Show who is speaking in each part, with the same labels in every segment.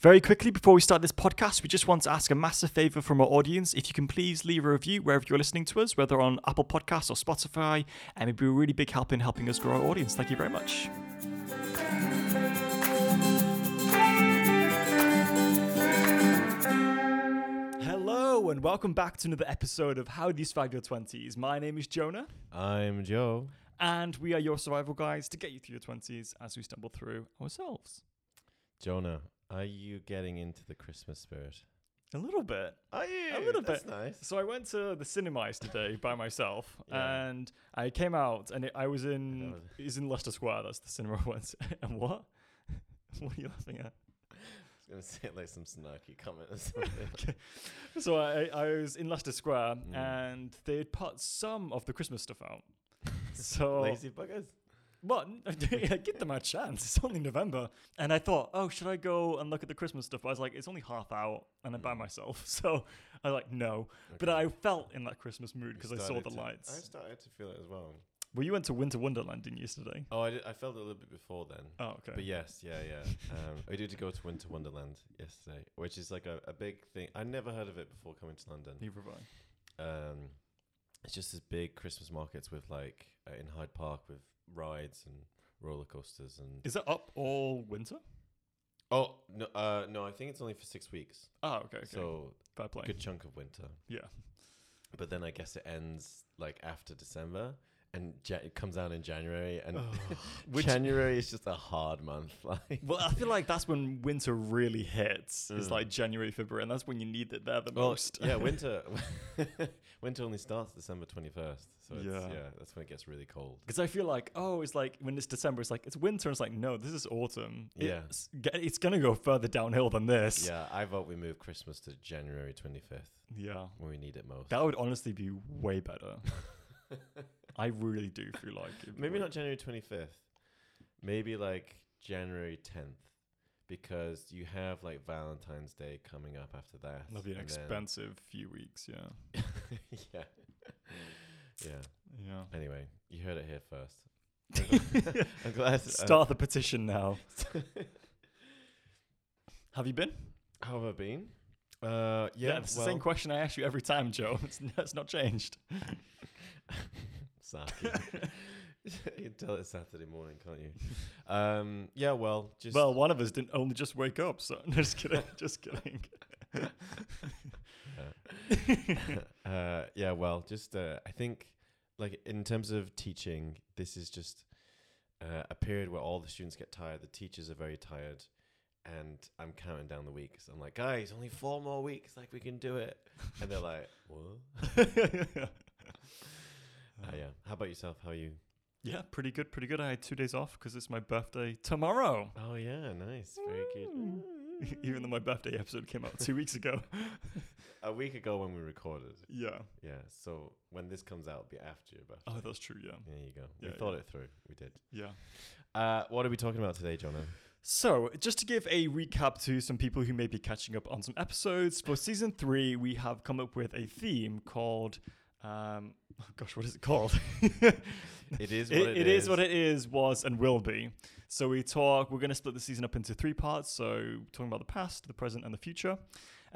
Speaker 1: Very quickly, before we start this podcast, we just want to ask a massive favor from our audience. If you can please leave a review wherever you're listening to us, whether on Apple Podcasts or Spotify, and it'd be a really big help in helping us grow our audience. Thank you very much. Hello, and welcome back to another episode of How These Fag Your Twenties. My name is Jonah,
Speaker 2: I'm Joe.
Speaker 1: and we are your survival guides to get you through your twenties as we stumble through ourselves
Speaker 2: Jonah, are you getting into the Christmas spirit?
Speaker 1: a little bit.
Speaker 2: Are you?
Speaker 1: A little
Speaker 2: That's
Speaker 1: bit.
Speaker 2: nice.
Speaker 1: So I went to the cinemas today by myself,
Speaker 2: Yeah.
Speaker 1: and I came out, and it, I was in
Speaker 2: was-
Speaker 1: is in Leicester Square. That's the cinema I went. To. And what? what are you laughing at?
Speaker 2: I was going to say like some snarky comment or something.
Speaker 1: So I, I was in Leicester Square,
Speaker 2: Mm.
Speaker 1: and they had put some of the Christmas stuff out. So
Speaker 2: Lazy buggers.
Speaker 1: But give them a chance. It's only November. And I thought, oh, should I go and look at the Christmas stuff? But I was like, it's only half out and I'm by
Speaker 2: Mm.
Speaker 1: myself. So I was like, no. But
Speaker 2: Okay.
Speaker 1: I
Speaker 2: You
Speaker 1: felt in that Christmas mood because I saw
Speaker 2: started
Speaker 1: the
Speaker 2: to- I
Speaker 1: lights.
Speaker 2: started to feel it as well.
Speaker 1: Well, you went to Winter Wonderland, didn't you, yesterday?
Speaker 2: Oh, I, did, I felt it a little bit before then.
Speaker 1: Oh, okay.
Speaker 2: But yes, yeah, yeah. Um, I did go to Winter Wonderland yesterday, which is like a, a big thing. I never heard of it before coming to London.
Speaker 1: Neither have I.
Speaker 2: um, it's just this big Christmas markets with like uh, in Hyde Park with rides and roller coasters and
Speaker 1: Is that up all winter?
Speaker 2: oh no uh, no I think it's only for six weeks
Speaker 1: Oh, okay. okay.
Speaker 2: so
Speaker 1: Fair play.
Speaker 2: good chunk of winter
Speaker 1: Yeah.
Speaker 2: but then I guess it ends like after December and ja- it comes out in January and
Speaker 1: Ugh. Which-
Speaker 2: January is just a hard month like
Speaker 1: well, I feel like that's when winter really hits. It's
Speaker 2: Mm.
Speaker 1: like January, February, and that's when you need it there the
Speaker 2: Well,
Speaker 1: most.
Speaker 2: yeah winter winter only starts December twenty first so it's,
Speaker 1: Yeah.
Speaker 2: yeah that's when it gets really cold
Speaker 1: Because I feel like, oh, it's like when it's December, it's like it's winter. And it's like, no, this is autumn.
Speaker 2: Yeah.
Speaker 1: It's, g- it's gonna go further downhill than this.
Speaker 2: yeah I vote we move Christmas to January twenty fifth
Speaker 1: Yeah.
Speaker 2: when we need it most.
Speaker 1: That would honestly be way better. I really do feel like it'd be
Speaker 2: Maybe
Speaker 1: way-
Speaker 2: not January 25th. Maybe like January 10th because you have like Valentine's Day coming up after that.
Speaker 1: That'd be an
Speaker 2: and then-
Speaker 1: expensive few weeks. Yeah.
Speaker 2: yeah. Yeah.
Speaker 1: Yeah.
Speaker 2: Anyway, you heard it here first. I'm glad- I'm glad. uh,
Speaker 1: Start the petition now. Have you been?
Speaker 2: how have I been? Uh, yeah,
Speaker 1: it's
Speaker 2: well,
Speaker 1: the same question I ask you every time, Joe. It's, n- it's not changed.
Speaker 2: Saki. you can tell it's Saturday morning, can't you? Um, yeah, well, just
Speaker 1: Well, one of us didn't only just wake up, so no, just kidding. just kidding.
Speaker 2: uh, yeah, well, just uh, I think, like in terms of teaching, this is just uh, a period where all the students get tired. The teachers are very tired, and I'm counting down the weeks. I'm like, guys, only four more weeks. Like we can do it. And they're like, what? Uh, yeah. How about yourself? How are you?
Speaker 1: Yeah, pretty good, pretty good. I had two days off because it's my birthday tomorrow.
Speaker 2: Oh yeah, nice, very good.
Speaker 1: Mm. Even though my birthday episode came out two weeks ago.
Speaker 2: A week ago when we recorded,
Speaker 1: Yeah.
Speaker 2: yeah. So when this comes out, it'll be after your birthday.
Speaker 1: Oh, that's true. Yeah.
Speaker 2: There you go.
Speaker 1: Yeah,
Speaker 2: we thought
Speaker 1: yeah.
Speaker 2: it through. We did.
Speaker 1: Yeah.
Speaker 2: Uh, what are we talking about today, Jonah?
Speaker 1: So, just to give a recap to some people who may be catching up on some episodes, for season three, we have come up with a theme called, um, oh gosh, what is it called?
Speaker 2: It is what
Speaker 1: It, it is what it is, was, and will be. So we talk. We're going to split the season up into three parts. So talking about the past, the present, and the future.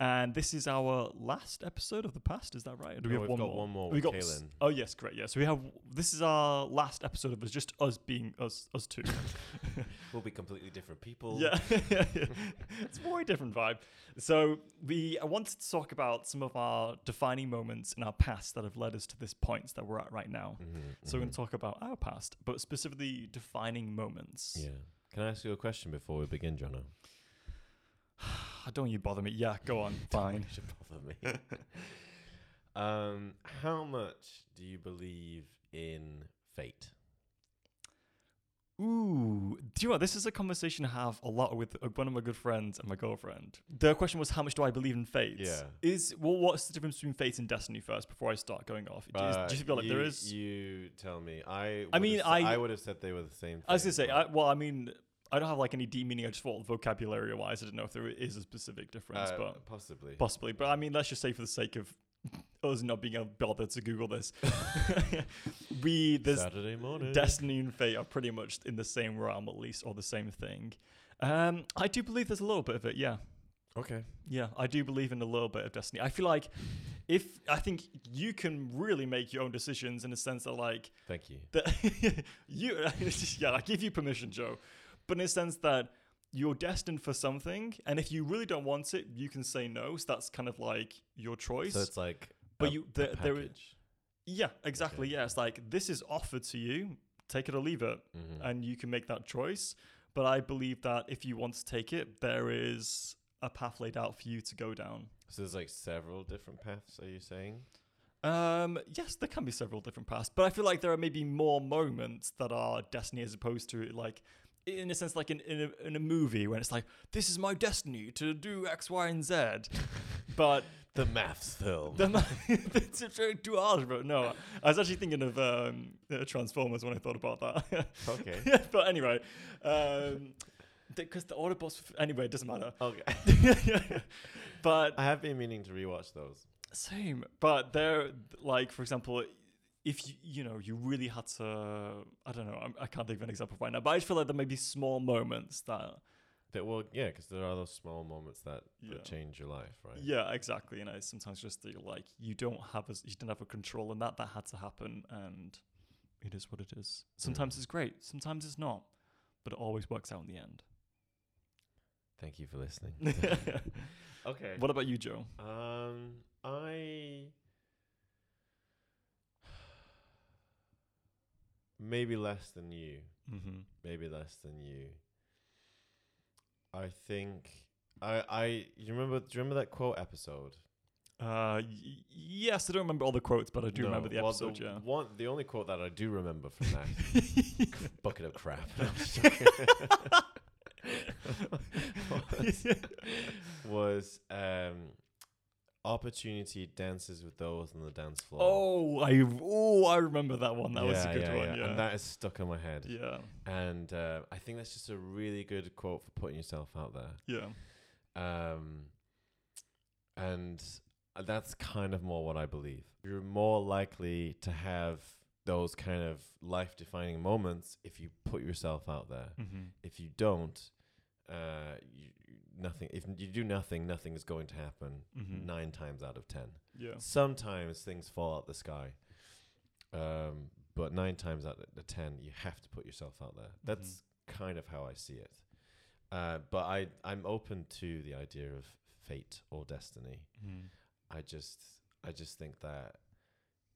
Speaker 1: And this is our last episode of the past. Is that right? Or do we
Speaker 2: No,
Speaker 1: have
Speaker 2: we've
Speaker 1: one
Speaker 2: got
Speaker 1: more?
Speaker 2: one more
Speaker 1: We
Speaker 2: with
Speaker 1: got. s-
Speaker 2: Kaylin.
Speaker 1: Oh yes, correct. Yeah. So we have. This is our last episode of us, just us being us, us two.
Speaker 2: We'll be completely different people.
Speaker 1: yeah, it's a very different vibe. So we I wanted to talk about some of our defining moments in our past that have led us to this point that we're at right now.
Speaker 2: Mm-hmm,
Speaker 1: So we're going to talk about our past, but specifically defining moments.
Speaker 2: Yeah. Can I ask you a question before we begin, Jono?
Speaker 1: I Ah, don't want you to bother me. Yeah, go on. Fine.
Speaker 2: Should bother me. um, how much do you believe in fate?
Speaker 1: Ooh, do you know what? This is a conversation I have a lot with uh, one of my good friends and my girlfriend. The question was, how much do I believe in fate?
Speaker 2: Yeah.
Speaker 1: Is well, what's the difference between fate and destiny first? Before I start going off, Do you- do you feel like there is?
Speaker 2: Uh, You tell me. I.
Speaker 1: I
Speaker 2: would've
Speaker 1: mean,
Speaker 2: s-
Speaker 1: I-
Speaker 2: I would have said they were the same. Thing,
Speaker 1: I was gonna say,
Speaker 2: but- uh,
Speaker 1: I, well, I mean, I don't have like any deep meaning. I just thought vocabulary wise, I don't know if there is a specific difference,
Speaker 2: uh,
Speaker 1: but
Speaker 2: possibly.
Speaker 1: possibly. But I mean, let's just say for the sake of us not being able to bother to Google this, we there's
Speaker 2: Saturday morning.
Speaker 1: destiny and fate are pretty much in the same realm, at least, or the same thing. Um, I do believe there's a little bit of it, yeah.
Speaker 2: Okay.
Speaker 1: Yeah, I do believe in a little bit of destiny. I feel like if I think you can really make your own decisions in a sense that like
Speaker 2: Thank you.
Speaker 1: that you yeah, I give you permission, Joe. But in a sense that you're destined for something and if you really don't want it, you can say no. So that's kind of like your choice.
Speaker 2: So it's like,
Speaker 1: But
Speaker 2: a-
Speaker 1: you-
Speaker 2: a
Speaker 1: there- there i-
Speaker 2: package.
Speaker 1: yeah, exactly. Yeah, it's like this is offered to you, take it or leave it.
Speaker 2: Mhm.
Speaker 1: and you can make that choice. But I believe that if you want to take it, there is a path laid out for you to go down.
Speaker 2: so there's like several different paths. Are you saying?
Speaker 1: Um, yes, there can be several different paths, but I feel like there are maybe more moments that are destiny as opposed to like, in a sense, like in in a, in a movie when it's like, this is my destiny to do X, Y, and Z. But
Speaker 2: The maths film.
Speaker 1: the ma- it's very too hard, but no, I was actually thinking of um, uh, Transformers when I thought about that.
Speaker 2: okay.
Speaker 1: but anyway, um, because the Autobots, anyway, it doesn't matter.
Speaker 2: okay.
Speaker 1: but
Speaker 2: I have been meaning to rewatch those.
Speaker 1: same. But they're like, for example, if you you know you really had to, I don't know, I'm, I can't think of an example right now. But I just feel like there may be small moments that,
Speaker 2: That well, yeah, because there are those small moments that,
Speaker 1: Yeah.
Speaker 2: that change your life, right?
Speaker 1: yeah, exactly. And I sometimes just feel like you don't have as you don't have a control in that that had to happen, and it is what it is. Sometimes it's great, sometimes it's not, but it always works out in the end.
Speaker 2: Thank you for listening. okay.
Speaker 1: what about you, Joe?
Speaker 2: Um, I maybe less than you.
Speaker 1: Mm-hmm.
Speaker 2: Maybe less than you. I think I I you remember do you remember that quote episode?
Speaker 1: Uh, y- yes, I don't remember all the quotes, but I do remember the
Speaker 2: well,
Speaker 1: episode. yeah.
Speaker 2: One the only quote that I do remember from that bucket of crap No, I'm just joking. was um opportunity dances with those on the dance floor.
Speaker 1: Oh, I oh I remember that one. That was a
Speaker 2: Yeah,
Speaker 1: good
Speaker 2: yeah,
Speaker 1: one. Yeah.
Speaker 2: And that is stuck in my head.
Speaker 1: yeah.
Speaker 2: And uh, I think that's just a really good quote for putting yourself out there.
Speaker 1: Yeah.
Speaker 2: Um, and that's kind of more what I believe. You're more likely to have those kind of life defining moments if you put yourself out there.
Speaker 1: Mm-hmm.
Speaker 2: If you don't, uh, you, nothing. If you do nothing, nothing is going to happen
Speaker 1: Mhm.
Speaker 2: nine times out of ten.
Speaker 1: Yeah.
Speaker 2: Sometimes things fall out the sky. Um, but nine times out of the ten, you have to put yourself out there. That's kind of how I see it. Uh, but I, I'm open to the idea of fate or destiny.
Speaker 1: Mhm.
Speaker 2: I just, I just think that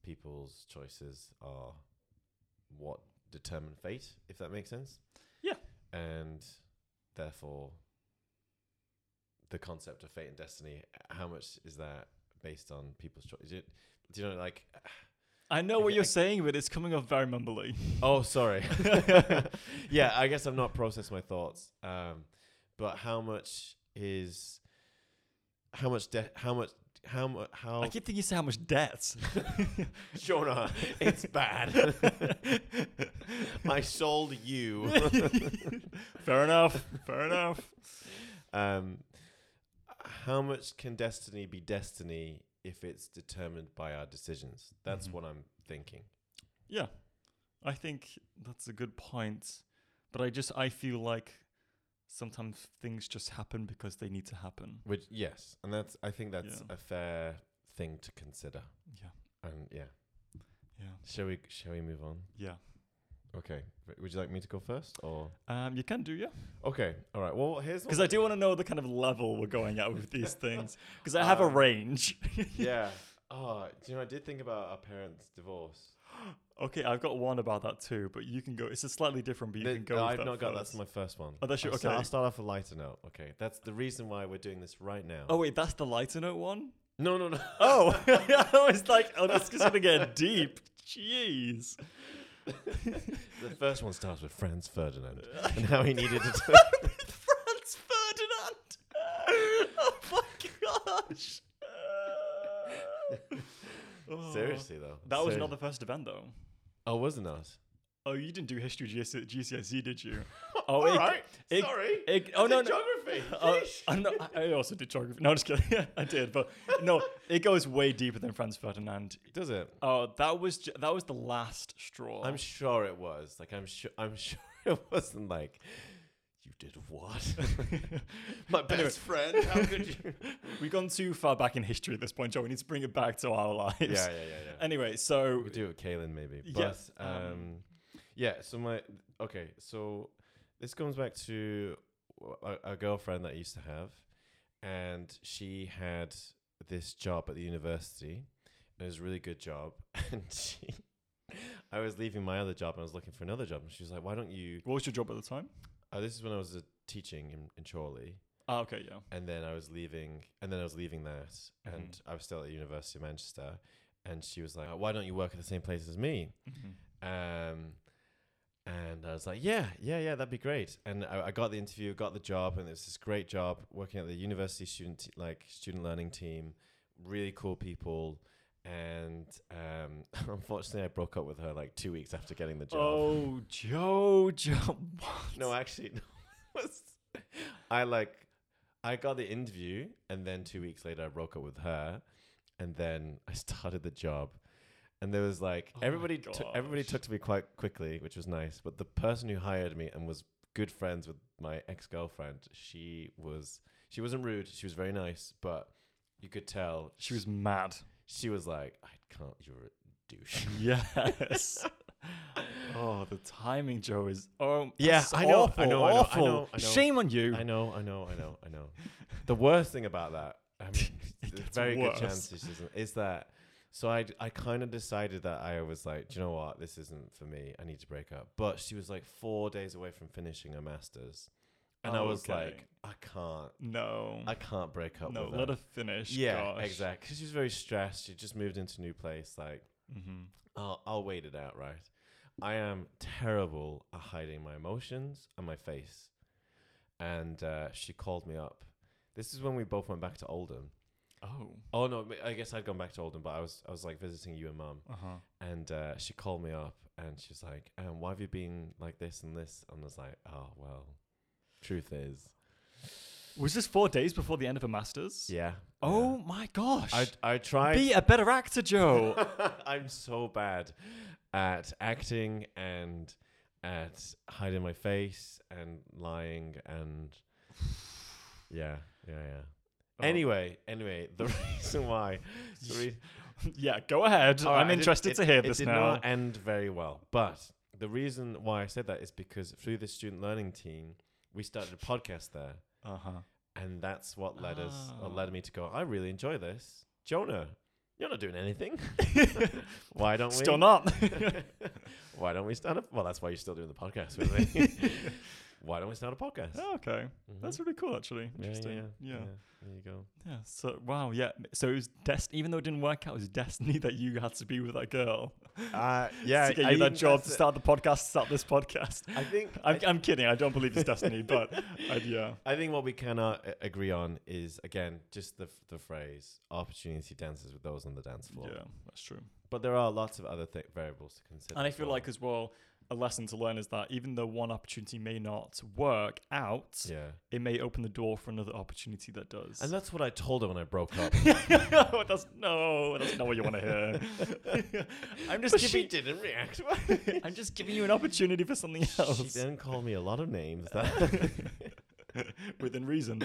Speaker 2: people's choices are what determine fate, if that makes sense.
Speaker 1: Yeah.
Speaker 2: And therefore, the concept of fate and destiny, how much is that based on people's choice? Do you, do you know, like,
Speaker 1: I know what
Speaker 2: Okay,
Speaker 1: you're
Speaker 2: I-
Speaker 1: saying, but it's coming off very mumbly.
Speaker 2: Oh, sorry. yeah, I guess I've not processed my thoughts. Um, but how much is how much de- how much how much how
Speaker 1: I keep thinking you say how much debt.
Speaker 2: Jonah? It's bad. I sold you.
Speaker 1: Fair enough. Fair enough.
Speaker 2: um, how much can destiny be destiny if it's determined by our decisions? That's
Speaker 1: Mhm.
Speaker 2: what I'm thinking.
Speaker 1: Yeah, I think that's a good point. But I just I feel like sometimes things just happen because they need to happen.
Speaker 2: Which yes, and that's I think that's
Speaker 1: Yeah.
Speaker 2: a fair thing to consider.
Speaker 1: Yeah,
Speaker 2: And yeah,
Speaker 1: yeah,
Speaker 2: shall we shall we move on?
Speaker 1: yeah.
Speaker 2: Okay. W- Would you like me to go first, or
Speaker 1: Um, you can do yeah,
Speaker 2: okay? All right. Well, here's
Speaker 1: because I do want to know the kind of level we're going at with these things. Because I have a
Speaker 2: Um,
Speaker 1: range.
Speaker 2: yeah. Oh, do you know? I did think about our parents' divorce.
Speaker 1: okay, I've got one about that too, but you can go. It's a slightly different, but you
Speaker 2: Th-
Speaker 1: can go.
Speaker 2: no,
Speaker 1: with
Speaker 2: I've
Speaker 1: that
Speaker 2: not got.
Speaker 1: first.
Speaker 2: That's my first one.
Speaker 1: Oh, that's your-
Speaker 2: I'll sta-
Speaker 1: okay.
Speaker 2: I'll start off a lighter note. Okay, that's the reason why we're doing this right now.
Speaker 1: Oh wait, that's the lighter note one.
Speaker 2: no, no, no.
Speaker 1: Oh, I was like, oh, this is gonna get deep. Jeez.
Speaker 2: the first one starts with Franz Ferdinand and how he needed to. t-
Speaker 1: with Franz Ferdinand. Oh my gosh. Oh.
Speaker 2: Seriously though.
Speaker 1: That was
Speaker 2: Ser-
Speaker 1: not the first event though.
Speaker 2: Oh, wasn't it?
Speaker 1: Oh, you didn't do history GC- GCSE, did you? Oh, it- it- it- oh
Speaker 2: I
Speaker 1: no,
Speaker 2: did
Speaker 1: no.
Speaker 2: Geography.
Speaker 1: Oh,
Speaker 2: Yeesh.
Speaker 1: I, know- I- I also did geography. No, I'm just kidding. I did, but no, it goes way deeper than Franz Ferdinand.
Speaker 2: Does it?
Speaker 1: Oh, that was ju- that was the last straw.
Speaker 2: I'm sure it was. Like I'm sure I'm sure it wasn't like you did what? My best friend. How could you?
Speaker 1: We've gone too far back in history at this point, Joe. We need to bring it back to our lives.
Speaker 2: yeah, yeah, yeah, yeah.
Speaker 1: Anyway, so
Speaker 2: we could do it with Kalen maybe. But,
Speaker 1: Yes,
Speaker 2: Um,
Speaker 1: um,
Speaker 2: yeah. So my okay. So this comes back to a, a girlfriend that I used to have, and she had this job at the university. And it was a really good job, and she. I was leaving my other job and I was looking for another job, and she was like, "Why don't you?"
Speaker 1: what was your job at the time?
Speaker 2: Oh, this is when I was uh, teaching in, in Chorley,
Speaker 1: Ah, okay, yeah.
Speaker 2: and then I was leaving, and then I was leaving that, and
Speaker 1: Mhm.
Speaker 2: I was still at the University of Manchester, and she was like, "Uh, "Why don't you work at the same place as me?"
Speaker 1: Mm-hmm.
Speaker 2: Um, and I was like, yeah, yeah, yeah, that'd be great. And I, I got the interview, got the job, and it's this great job working at the university student te- like student learning team. Really cool people. And um, unfortunately, I broke up with her like two weeks after getting the job.
Speaker 1: Oh, Joe, Joe.
Speaker 2: No, actually, no. it was- I like, I got the interview, and then two weeks later, I broke up with her, and then I started the job, and there was like
Speaker 1: Oh my
Speaker 2: everybody, t- everybody
Speaker 1: gosh.
Speaker 2: took to me quite quickly, which was nice. But the person who hired me and was good friends with my ex girlfriend, she was, she wasn't rude, she was very nice, but you could tell
Speaker 1: She was mad.
Speaker 2: she was like, I can't, you're a douche.
Speaker 1: Yes. oh, the timing, Joe, is oh
Speaker 2: Yeah,
Speaker 1: that's
Speaker 2: I know, I
Speaker 1: awful,
Speaker 2: know, I know, I
Speaker 1: awful.
Speaker 2: know, I know.
Speaker 1: Shame on you.
Speaker 2: I know, I know, I know, I know. The worst thing about that, I mean, there's
Speaker 1: gets
Speaker 2: very
Speaker 1: worse.
Speaker 2: good chance this isn't, is that. So I, I kind of decided that I was like, do you know what, this isn't for me. I need to break up. But she was like four days away from finishing her masters, and I
Speaker 1: Oh,
Speaker 2: was
Speaker 1: okay.
Speaker 2: like, I can't,
Speaker 1: No.
Speaker 2: I can't break up.
Speaker 1: no,
Speaker 2: with
Speaker 1: let
Speaker 2: her.
Speaker 1: her finish.
Speaker 2: yeah,
Speaker 1: gosh.
Speaker 2: exactly. Because she was very stressed. She just moved into a new place. Like,
Speaker 1: Mhm.
Speaker 2: I'll, I'll wait it out, right? I am terrible at hiding my emotions and my face. And uh, she called me up. This is when we both went back to Oldham.
Speaker 1: Oh.
Speaker 2: Oh no, m- I guess I'd gone back to Oldham, but I was I was like visiting you and mum.
Speaker 1: Uh huh.
Speaker 2: And uh, she called me up, and she was like, um, "Why have you been like this and this?" And I was like, "Oh well, truth is,
Speaker 1: Was this four days before the end of her masters?
Speaker 2: yeah."
Speaker 1: Oh my gosh.
Speaker 2: yeah. I I tried.
Speaker 1: Be a better actor, Joe.
Speaker 2: I'm so bad at acting and at hiding my face and lying and yeah, yeah, yeah.
Speaker 1: Oh.
Speaker 2: Anyway, anyway, the reason why, the re-
Speaker 1: yeah, go ahead.
Speaker 2: All right, I
Speaker 1: Oh, I'm
Speaker 2: did-
Speaker 1: interested
Speaker 2: it-
Speaker 1: to hear
Speaker 2: it
Speaker 1: this
Speaker 2: did
Speaker 1: now.
Speaker 2: not end very well, but the reason why I said that is because through the student learning team, we started a podcast there,
Speaker 1: Uh
Speaker 2: Uh-huh.
Speaker 1: huh.
Speaker 2: and that's what led us,
Speaker 1: Ah.
Speaker 2: or led me to go. I really enjoy this, Jonah. You're not doing anything. why don't we?
Speaker 1: Still not.
Speaker 2: why don't we start a well that's why you're still doing the podcast with me why don't we start a podcast Mm-hmm.
Speaker 1: Oh, okay. That's really cool, actually.
Speaker 2: Yeah,
Speaker 1: Interesting.
Speaker 2: yeah, yeah,
Speaker 1: yeah.
Speaker 2: there you go
Speaker 1: Yeah, so wow, yeah. So it was dest even though it didn't work out, it was destiny that you had to be with that girl.
Speaker 2: uh
Speaker 1: to get you that job to start the podcast, start this podcast.
Speaker 2: i think
Speaker 1: I'm, I'm kidding. I don't believe it's destiny, but i yeah,
Speaker 2: I think what we cannot uh, agree on is again just the the phrase opportunity dances with those on the dance floor.
Speaker 1: yeah, that's true.
Speaker 2: But there are lots of other th- variables to consider.
Speaker 1: And I
Speaker 2: as
Speaker 1: feel
Speaker 2: well.
Speaker 1: like as well, a lesson to learn is that even though one opportunity may not work out,
Speaker 2: yeah,
Speaker 1: it may open the door for another opportunity that does.
Speaker 2: and that's what I told her when I broke up.
Speaker 1: no, that's no, that's not what you want to hear. I'm just
Speaker 2: but she
Speaker 1: giving,
Speaker 2: didn't react. well.
Speaker 1: I'm just giving you an opportunity for something
Speaker 2: she
Speaker 1: else
Speaker 2: didn't call me a lot of names. That
Speaker 1: within reason.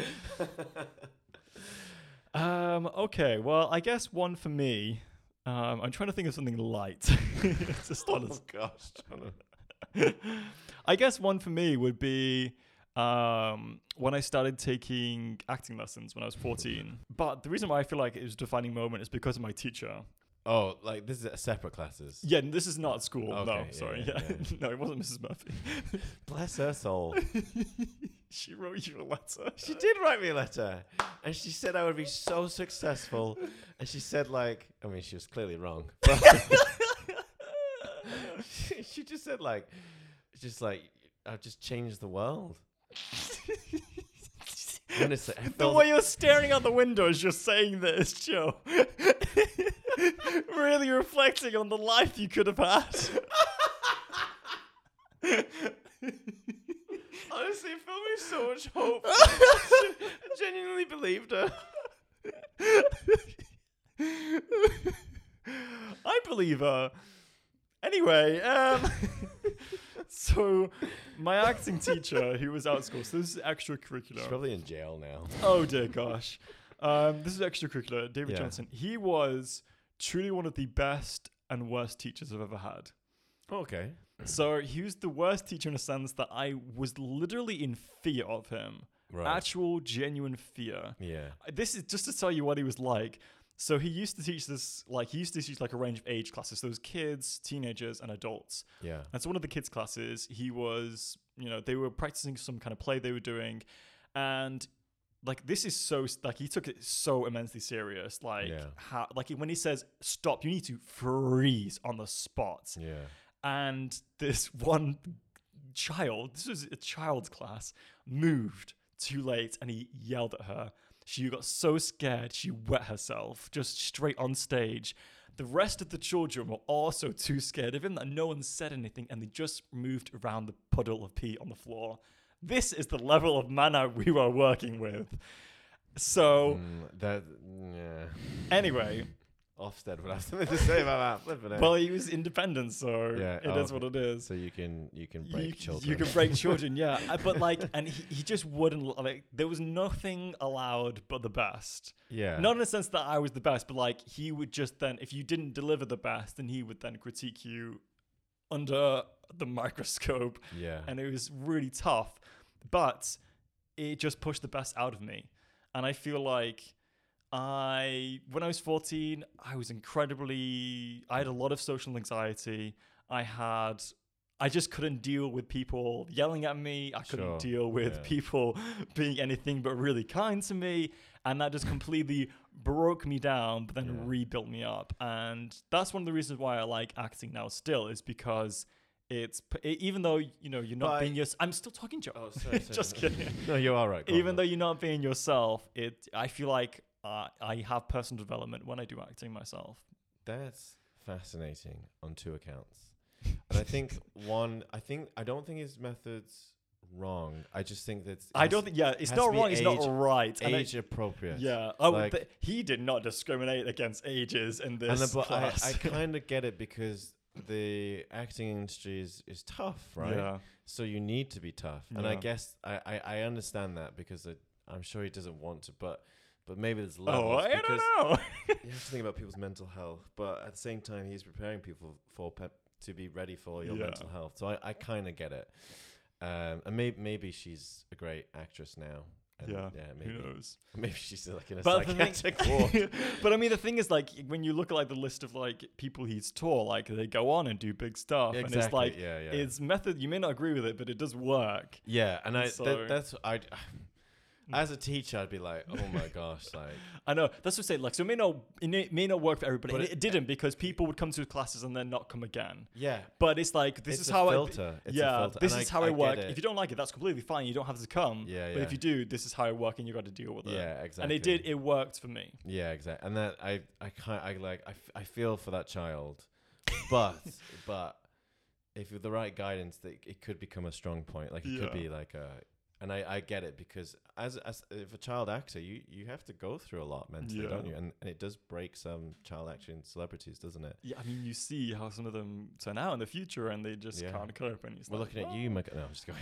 Speaker 1: Um. Okay. Well, I guess one for me. Um, I'm trying to think of something light to start us.
Speaker 2: oh gosh, Jonah.
Speaker 1: I guess one for me would be um, when I started taking acting lessons when I was 14. But the reason why I feel like it was a defining moment is because of my teacher.
Speaker 2: Oh, like this is at separate classes.
Speaker 1: Yeah, and this is not at school.
Speaker 2: Okay,
Speaker 1: no,
Speaker 2: yeah,
Speaker 1: sorry.
Speaker 2: yeah,
Speaker 1: Yeah,
Speaker 2: yeah,
Speaker 1: no, it wasn't Mrs. Murphy.
Speaker 2: Bless her soul.
Speaker 1: she wrote you a letter.
Speaker 2: she did write me a letter, and she said I would be so successful. And she said, like, I mean, she was clearly wrong. But she, she just said, like, just like I've just changed the world. Honestly, I
Speaker 1: The
Speaker 2: felt-
Speaker 1: way you're staring out the window as you're saying this, Joe. really reflecting on the life you could have had.
Speaker 2: honestly, it filled me with so much hope. I genuinely believed her.
Speaker 1: I believe her. Anyway, um, so my acting teacher, who was out of school, so this is extracurricular.
Speaker 2: She's probably in jail now.
Speaker 1: Oh dear gosh. Um, this is extracurricular. David
Speaker 2: Yeah.
Speaker 1: Johnson. He was truly one of the best and worst teachers I've ever had.
Speaker 2: okay.
Speaker 1: So he was the worst teacher in a sense that I was literally in fear of him.
Speaker 2: Right.
Speaker 1: Actual, genuine fear.
Speaker 2: yeah.
Speaker 1: This is just to tell you what he was like. So he used to teach this, like he used to teach like a range of age classes. So it was kids, teenagers, and adults.
Speaker 2: Yeah.
Speaker 1: And so one of the kids' classes, he was, you know, they were practicing some kind of play they were doing, and like this is so like he took it so immensely serious. Like
Speaker 2: Yeah.
Speaker 1: how like when he says stop, you need to freeze on the spot.
Speaker 2: Yeah.
Speaker 1: And this one child, this was a child's class, moved too late, and he yelled at her. She got so scared she wet herself just straight on stage. The rest of the children were also too scared of him that no one said anything and they just moved around the puddle of pee on the floor. This is the level of manner we were working with. So,
Speaker 2: Mm, that. Yeah.
Speaker 1: anyway,
Speaker 2: Ofsted would have something to say about that. Flipping it.
Speaker 1: well, he was independent, so
Speaker 2: Uh, Yeah,
Speaker 1: it is
Speaker 2: oh,
Speaker 1: what it is.
Speaker 2: so you can you can
Speaker 1: you,
Speaker 2: break children.
Speaker 1: you can break children, yeah. Uh, But like, and he, he just wouldn't l- like. There was nothing allowed but the best.
Speaker 2: yeah.
Speaker 1: Not in the sense that I was the best, but like he would just then, if you didn't deliver the best, then he would then critique you under the microscope,
Speaker 2: Yeah.
Speaker 1: and it was really tough. But it just pushed the best out of me, and I feel like. I when I was 14, I was incredibly I had a lot of social anxiety. I had I just couldn't deal with people yelling at me. I couldn't
Speaker 2: Sure,
Speaker 1: deal with
Speaker 2: yeah.
Speaker 1: people being anything but really kind to me, and that just completely broke me down but then
Speaker 2: Yeah.
Speaker 1: rebuilt me up. And that's one of the reasons why I like acting now still is because it's p- e- even though you know you're not
Speaker 2: But Oh, I-
Speaker 1: being your I'm still talking Joe.
Speaker 2: Oh, sorry, sorry.
Speaker 1: just kidding
Speaker 2: no, you are right.
Speaker 1: even though you're not being yourself it i feel like uh, i have personal development when i do acting myself
Speaker 2: That's fascinating on two accounts. And I think one, I think I don't think his methods wrong. I just think that it's-
Speaker 1: i
Speaker 2: has-
Speaker 1: don't think yeah it's
Speaker 2: has
Speaker 1: not
Speaker 2: to be
Speaker 1: wrong it's not
Speaker 2: age-
Speaker 1: right and I-
Speaker 2: age appropriate.
Speaker 1: yeah oh
Speaker 2: Like-
Speaker 1: but he did not discriminate against ages in
Speaker 2: and
Speaker 1: this
Speaker 2: the, but I,
Speaker 1: class
Speaker 2: I kind of get it because the acting industry is is tough, right?
Speaker 1: yeah
Speaker 2: So you need to be tough, and I
Speaker 1: Yeah.
Speaker 2: guess I, I I understand that because I, I'm sure he doesn't want to, but but maybe there's
Speaker 1: oh
Speaker 2: levels.
Speaker 1: i don't
Speaker 2: because-
Speaker 1: know
Speaker 2: you have to think about people's mental health, but at the same time, he's preparing people for pe- to be ready for your
Speaker 1: Yeah.
Speaker 2: mental health. So I, I kind of get it. Um, and maybe maybe she's a great actress now. And
Speaker 1: Yeah,
Speaker 2: maybe
Speaker 1: who knows
Speaker 2: maybe she's like in a
Speaker 1: But the thing-
Speaker 2: psychiatric ward.
Speaker 1: but i mean the thing is like when you look at like the list of like people he's taught like they go on and do big stuff and it's like
Speaker 2: yeah, yeah,
Speaker 1: it's method you may not agree with it but it does work
Speaker 2: yeah. And I
Speaker 1: So-
Speaker 2: that, that's I. As a teacher, I'd be like, oh my gosh, like
Speaker 1: I know. That's what I say. Like, so it may not it may not work for everybody.
Speaker 2: But
Speaker 1: and it, didn't because people would come to his classes and then not come again.
Speaker 2: yeah.
Speaker 1: But it's like this
Speaker 2: It's
Speaker 1: is
Speaker 2: a
Speaker 1: how
Speaker 2: filter.
Speaker 1: I.
Speaker 2: It's a
Speaker 1: yeah,
Speaker 2: filter.
Speaker 1: this
Speaker 2: And
Speaker 1: is
Speaker 2: I-
Speaker 1: how
Speaker 2: I
Speaker 1: I,
Speaker 2: get
Speaker 1: work.
Speaker 2: it.
Speaker 1: If you don't like it, that's completely fine. You don't have to come.
Speaker 2: Yeah,
Speaker 1: But if
Speaker 2: yeah.
Speaker 1: you do, this is how I work, and you got to deal with it.
Speaker 2: Yeah, exactly.
Speaker 1: And it did. It worked for me.
Speaker 2: Yeah, exactly. And that I I can't I like I, f- I feel for that child, but but if with the right guidance, that it could become a strong point. Like it could
Speaker 1: Yeah.
Speaker 2: be like a. And I, I get it because as as if a child actor, you, you have to go through a lot mentally,
Speaker 1: Yeah.
Speaker 2: don't you? And, and it does break some child acting celebrities, doesn't it?
Speaker 1: Yeah, I mean, you see how some of them turn out in the future, and they just
Speaker 2: Yeah.
Speaker 1: can't cope. And it's
Speaker 2: We're
Speaker 1: like,
Speaker 2: looking at
Speaker 1: "Well,
Speaker 2: you, my g- no, I'm just going.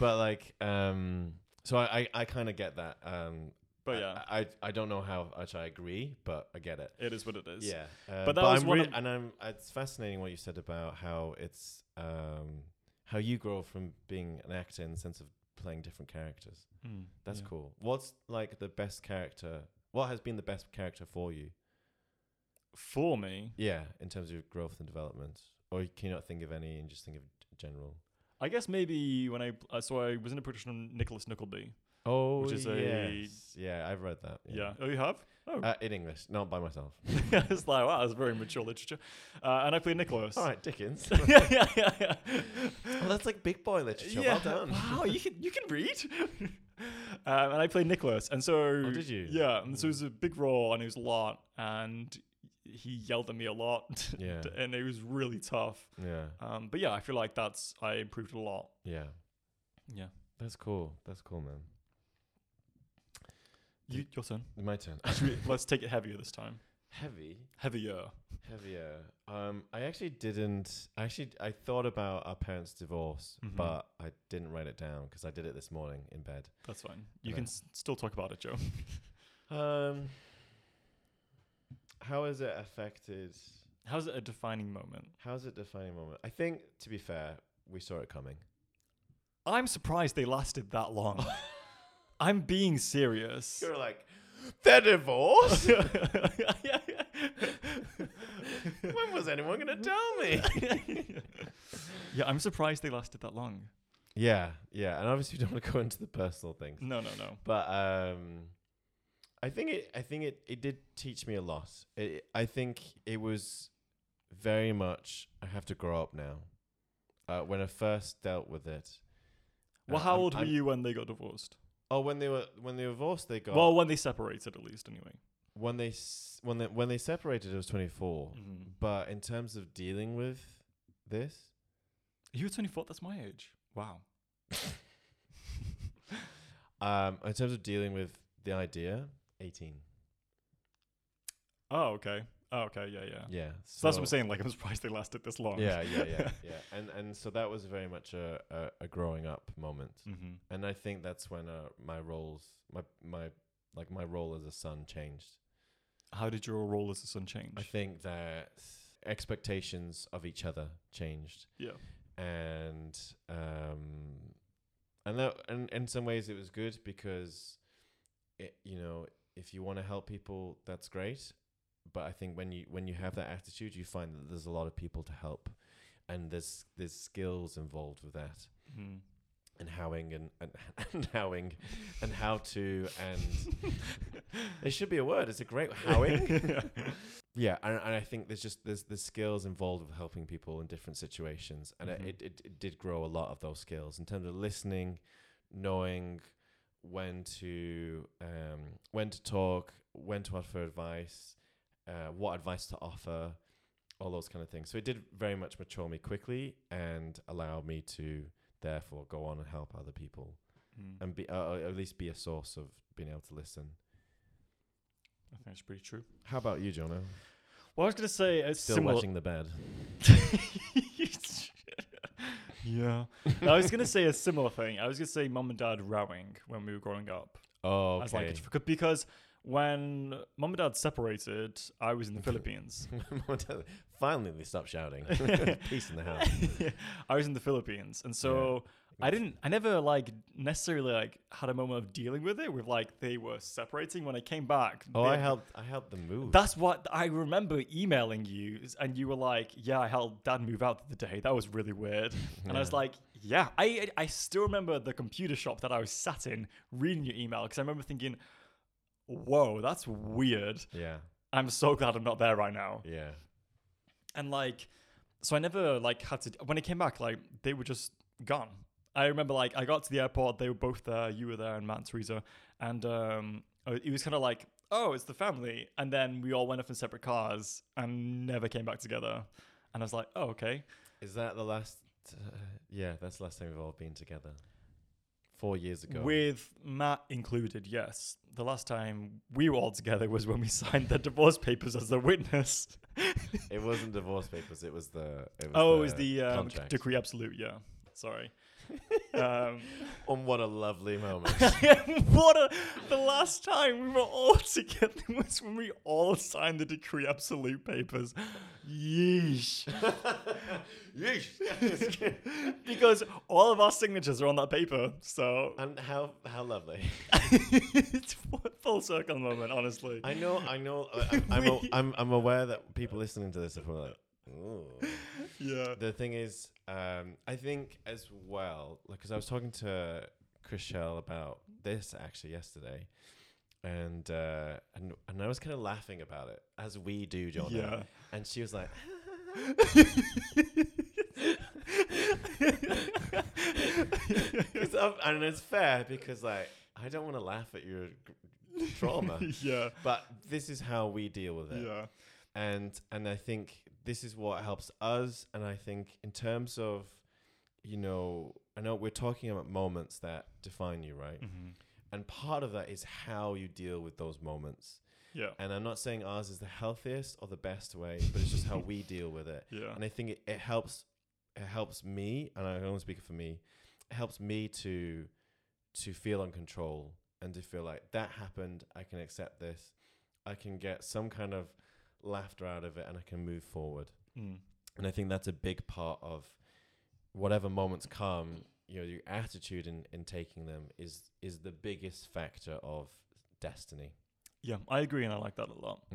Speaker 2: but like, um, so I, I, I kind of get that. Um,
Speaker 1: But
Speaker 2: I-
Speaker 1: yeah,
Speaker 2: I, I, don't know how much I agree, but I get it.
Speaker 1: it is what it is.
Speaker 2: Yeah, uh,
Speaker 1: But that was
Speaker 2: I'm
Speaker 1: one
Speaker 2: rea-
Speaker 1: of-
Speaker 2: and I'm. It's fascinating what you said about how it's um, how you grow from being an actor in the sense of playing different characters.
Speaker 1: Mm,
Speaker 2: That's
Speaker 1: yeah.
Speaker 2: cool. What's like the best character? What has been the best character for you?
Speaker 1: For me,
Speaker 2: Yeah, in terms of growth and development, or you cannot think of any and just think of g- general.
Speaker 1: I guess maybe when I uh, so I was in a production of Nicholas Nickleby.
Speaker 2: Oh,
Speaker 1: Which is a- yes.
Speaker 2: yeah, I've read that.
Speaker 1: Yeah. Oh, you have. Oh,
Speaker 2: Uh, in English, not by myself.
Speaker 1: it's like wow, that's very mature literature. Uh, and I played Nicholas.
Speaker 2: All right, Dickens.
Speaker 1: yeah, yeah, yeah, yeah.
Speaker 2: well, that's like big boy literature.
Speaker 1: Yeah.
Speaker 2: Well done.
Speaker 1: Wow, you can you can read. um, and I played Nicholas, and so
Speaker 2: Oh, did you? Hmm. Mm.
Speaker 1: Yeah, and so it was a big role, and it was a lot, and he yelled at me a lot,
Speaker 2: Yeah.
Speaker 1: and it was really tough.
Speaker 2: Yeah,
Speaker 1: Um, but yeah, I feel like that's I improved a lot.
Speaker 2: yeah.
Speaker 1: Yeah,
Speaker 2: That's cool. That's cool, man.
Speaker 1: you, your turn.
Speaker 2: My turn.
Speaker 1: Should we- Let's take it heavier this time.
Speaker 2: heavy,
Speaker 1: Heavier.
Speaker 2: heavier. Um, I actually didn't. I actually, I thought about our parents' divorce,
Speaker 1: Mhm.
Speaker 2: but I didn't write it down because I did it this morning in bed.
Speaker 1: That's fine. You
Speaker 2: Okay.
Speaker 1: can s- still talk about it, Joe.
Speaker 2: Um, how has it affected?
Speaker 1: How's it a defining moment?
Speaker 2: How's it defining moment? I think, to be fair, we saw it coming.
Speaker 1: I'm surprised they lasted that long. I'm being serious.
Speaker 2: You're like, the divorce? when was anyone going to tell me?
Speaker 1: yeah, I'm surprised they lasted that long.
Speaker 2: Yeah, yeah, and obviously we don't want to go into the personal things,
Speaker 1: No, no, no.
Speaker 2: but um, I think it, I think it, it did teach me a lot. It, I think it was very much I have to grow up now. Uh, when I first dealt with it,
Speaker 1: Well,
Speaker 2: uh,
Speaker 1: how
Speaker 2: I'm-
Speaker 1: old were
Speaker 2: I'm-
Speaker 1: you when they got divorced?
Speaker 2: Oh, when they were when they were divorced, they got
Speaker 1: Well, when they separated, at least, anyway.
Speaker 2: when they s- when they when they separated. I was twenty four,
Speaker 1: Mm. Mm-hmm.
Speaker 2: but in terms of dealing with this,
Speaker 1: You were 24. That's my age. Wow.
Speaker 2: um, in terms of dealing with the idea, eighteen.
Speaker 1: Oh, okay. Oh, okay. Yeah, yeah.
Speaker 2: Yeah,
Speaker 1: So, that's what I'm saying. Like, I'm surprised they lasted this long.
Speaker 2: Yeah, yeah, yeah, yeah. And and so that was very much a, a, a growing up moment,
Speaker 1: Mm-hmm.
Speaker 2: and I think that's when uh, my roles, my my like my role as a son changed.
Speaker 1: How did your role as a son change?
Speaker 2: I think that expectations of each other changed.
Speaker 1: Yeah.
Speaker 2: and um, and that and in some ways it was good because, it, you know, if you want to help people, that's great. But I think when you when you have that attitude, you find that there's a lot of people to help, and there's there's skills involved with that,
Speaker 1: Mhm.
Speaker 2: and howing and and, and howing, and how to and it should be a word. It's a great howing. Yeah, and, and I think there's just there's the skills involved with helping people in different situations, and
Speaker 1: Mhm.
Speaker 2: it, it it did grow a lot of those skills in terms of listening, knowing when to um, when to talk, when to ask for advice, uh, what advice to offer, all those kind of things. So it did very much mature me quickly and allow me to therefore go on and help other people
Speaker 1: Mm.
Speaker 2: and be uh, at least be a source of being able to listen.
Speaker 1: I think that's pretty true.
Speaker 2: How about you, Jono?
Speaker 1: Well, I was gonna say it's
Speaker 2: Still
Speaker 1: similar.
Speaker 2: watching the bed.
Speaker 1: yeah, I was gonna say a similar thing. I was gonna say mum and dad rowing when we were growing up.
Speaker 2: Oh,
Speaker 1: As like a tr- because when mum and dad separated, I was in the Philippines.
Speaker 2: Finally, they stopped shouting. Peace in the house.
Speaker 1: I was in the Philippines, and so I didn't. I never like necessarily like had a moment of dealing with it. With like they were separating when I came back.
Speaker 2: Oh,
Speaker 1: they
Speaker 2: I
Speaker 1: had-
Speaker 2: helped. I helped them move.
Speaker 1: That's what I remember emailing you, is- and you were like, "Yeah, I helped Dad move out the other day. That was really weird." And I was
Speaker 2: Yeah.
Speaker 1: like, "Yeah." I I still remember the computer shop that I was sat in reading your email because I remember thinking, "Whoa, that's weird."
Speaker 2: yeah,
Speaker 1: I'm so glad I'm not there right now.
Speaker 2: yeah.
Speaker 1: And like, so I never like had to. When I came back, like they were just gone. I remember like I got to the airport. They were both there. You were there, and Matt and Teresa. And um, uh, it was kind of like, oh, it's the family. And then we all went off in separate cars and never came back together. And I was like, oh, okay.
Speaker 2: Is that the last? Uh, yeah, that's the last time we've all been together. Four years ago.
Speaker 1: With Matt included, yes. The last time we were all together was when we signed the divorce papers as a witness.
Speaker 2: it wasn't divorce papers. It was the. It was
Speaker 1: oh, it
Speaker 2: the
Speaker 1: was the um,
Speaker 2: contract.
Speaker 1: decree absolute, yeah. Sorry. um,
Speaker 2: And Oh, what a lovely moment.
Speaker 1: what a, the last time we were all together was when we all signed the decree absolute papers. Yeesh.
Speaker 2: Yeesh.
Speaker 1: Because all of our signatures are on that paper, so
Speaker 2: and how how lovely.
Speaker 1: it's a full circle moment, honestly.
Speaker 2: I know. I know. I, I'm, I'm, a, I'm I'm aware that people listening to this are probably like, ooh.
Speaker 1: yeah.
Speaker 2: the thing is, um, I think as well, because I was talking to Chriselle about this actually yesterday, and uh, and and I was kind of laughing about it as we do, John.
Speaker 1: Yeah.
Speaker 2: And she was like, "'Cause I'm- and it's fair because like I don't want to laugh at your g- trauma,
Speaker 1: yeah.
Speaker 2: but this is how we deal with it
Speaker 1: Yeah.
Speaker 2: and and I think this is what helps us. And I think in terms of, you know, I know we're talking about moments that define you, right?
Speaker 1: Mm-hmm.
Speaker 2: And part of that is how you deal with those moments.
Speaker 1: Yeah.
Speaker 2: And I'm not saying ours is the healthiest or the best way, but it's just how we deal with it.
Speaker 1: Yeah.
Speaker 2: And I think it, it helps it helps me, and I can only speak for me, it helps me to to feel in control and to feel like that happened, I can accept this, I can get some kind of laughter out of it and I can move forward.
Speaker 1: Mm.
Speaker 2: And I think that's a big part of whatever moments come, you know, your attitude in, in taking them is is the biggest factor of destiny.
Speaker 1: Yeah, I agree, and I like that a lot.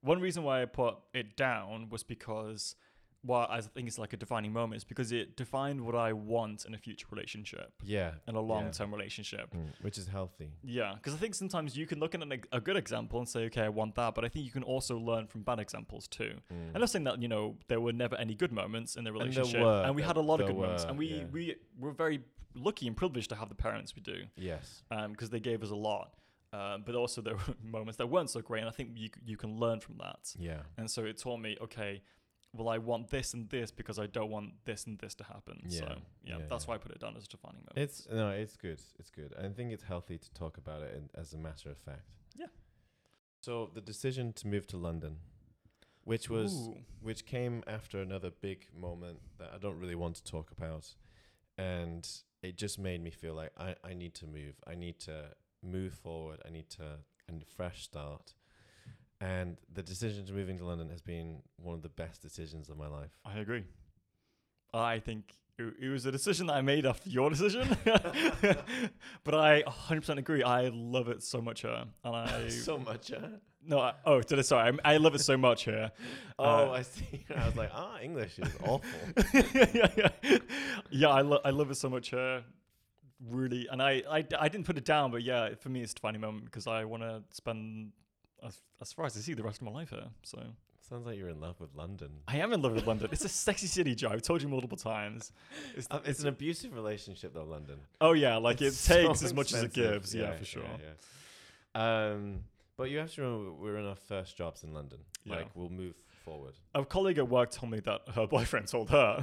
Speaker 1: One reason why I put it down was because, well, I think it's like a defining moment, is because it defined what I want in a future relationship,
Speaker 2: Yeah.
Speaker 1: in a long term relationship.
Speaker 2: Which is healthy.
Speaker 1: Yeah, because I think sometimes you can look at an, ex- a good example and say, okay, I want that, but I think you can also learn from bad examples too. I'm not saying that you know there were never any good moments in the
Speaker 2: there
Speaker 1: relationship, and,
Speaker 2: were,
Speaker 1: we
Speaker 2: there-
Speaker 1: had a lot of
Speaker 2: there
Speaker 1: good moments,
Speaker 2: were,
Speaker 1: and we
Speaker 2: yeah.
Speaker 1: we were very lucky and privileged to have the parents we do
Speaker 2: Yes.
Speaker 1: because they gave us a lot. Um, but also there were moments that weren't so great, and I think you c- you can learn from that.
Speaker 2: Yeah.
Speaker 1: And so it taught me, okay, well I want this and this because I don't want this and this to happen. So
Speaker 2: Yeah,
Speaker 1: yeah,
Speaker 2: yeah,
Speaker 1: that's
Speaker 2: yeah.
Speaker 1: why I put it down as a defining moment.
Speaker 2: It's no, it's good. It's good. I think it's healthy to talk about it in, as a matter of fact.
Speaker 1: Yeah.
Speaker 2: So the decision to move to London, which was
Speaker 1: Ooh.
Speaker 2: which came after another big moment that I don't really want to talk about. And it just made me feel like I, I need to move. I need to move forward. I need to and a fresh start. And the decision to moving to London has been one of the best decisions of my life.
Speaker 1: I agree. I think it, it was a decision that I made after your decision, but I 100% agree. I love it so much here, and I
Speaker 2: so much. Huh?
Speaker 1: no. I, oh, did I, sorry, I, I love it so much here.
Speaker 2: Oh,
Speaker 1: Uh,
Speaker 2: I see. I was like, ah, English is awful.
Speaker 1: yeah, yeah. yeah I, lo- I love it so much here. Really, and I, I, I didn't put it down, but yeah, for me it's a defining moment because I want to spend as, as far as I see the rest of my life here. So
Speaker 2: Sounds like you're in love with London.
Speaker 1: I am in love with London. It's a sexy city, Joe. I've told you multiple times. It's,
Speaker 2: Uh, It's an abusive relationship, though, London.
Speaker 1: oh yeah, like
Speaker 2: It's
Speaker 1: it
Speaker 2: so
Speaker 1: takes as much as it
Speaker 2: expensive.
Speaker 1: gives. Yeah, for sure.
Speaker 2: yeah, yeah. Um, but you have to remember, we're in our first jobs in London.
Speaker 1: Yeah.
Speaker 2: Like, we'll move forward.
Speaker 1: A colleague at work told me that her boyfriend told her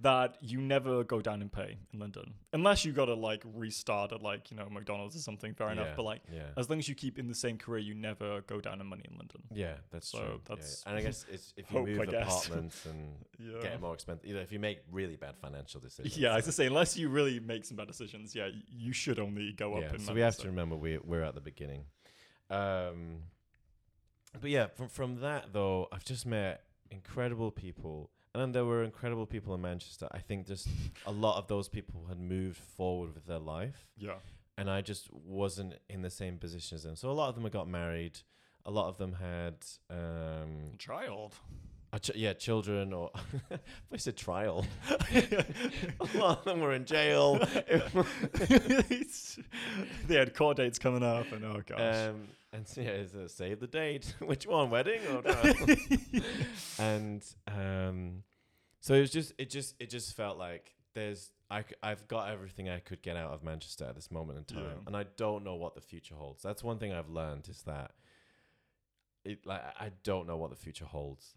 Speaker 1: that you never go down in pay in London unless you got to like restart at like you know McDonald's or something. Fair enough,
Speaker 2: Yeah,
Speaker 1: but like
Speaker 2: yeah,
Speaker 1: as long as you keep in the same career, you never go down in money in London.
Speaker 2: yeah, that's
Speaker 1: so
Speaker 2: true. Yeah,
Speaker 1: that's
Speaker 2: yeah. and I guess it's if you
Speaker 1: hope, I
Speaker 2: move
Speaker 1: guess.
Speaker 2: apartments and
Speaker 1: Yeah,
Speaker 2: get more expensive, you know, if you make really bad financial decisions.
Speaker 1: yeah. I was
Speaker 2: like-
Speaker 1: gonna say unless you really make some bad decisions, yeah, y- you should only go up.
Speaker 2: yeah,
Speaker 1: in
Speaker 2: so
Speaker 1: money,
Speaker 2: we have to remember we we're at the beginning. Um, but yeah, from from that though, I've just met incredible people, and then there were incredible people in Manchester. I think just a lot of those people had moved forward with their life,
Speaker 1: Yeah,
Speaker 2: and I just wasn't in the same position as them. So a lot of them had got married. A lot of them had, um,
Speaker 1: child.
Speaker 2: a ch- yeah, children or I said trial. a lot of them were in jail. It was-
Speaker 1: they had court dates coming up, and oh gosh.
Speaker 2: Um, and so, yeah, it's a save the date. Which one, wedding or trial? and um, so it was just, it just, it just felt like there's, I, have got everything I could get out of Manchester at this moment in time,
Speaker 1: Yeah.
Speaker 2: and I don't know what the future holds. That's one thing I've learned is that, it like I I don't know what the future holds.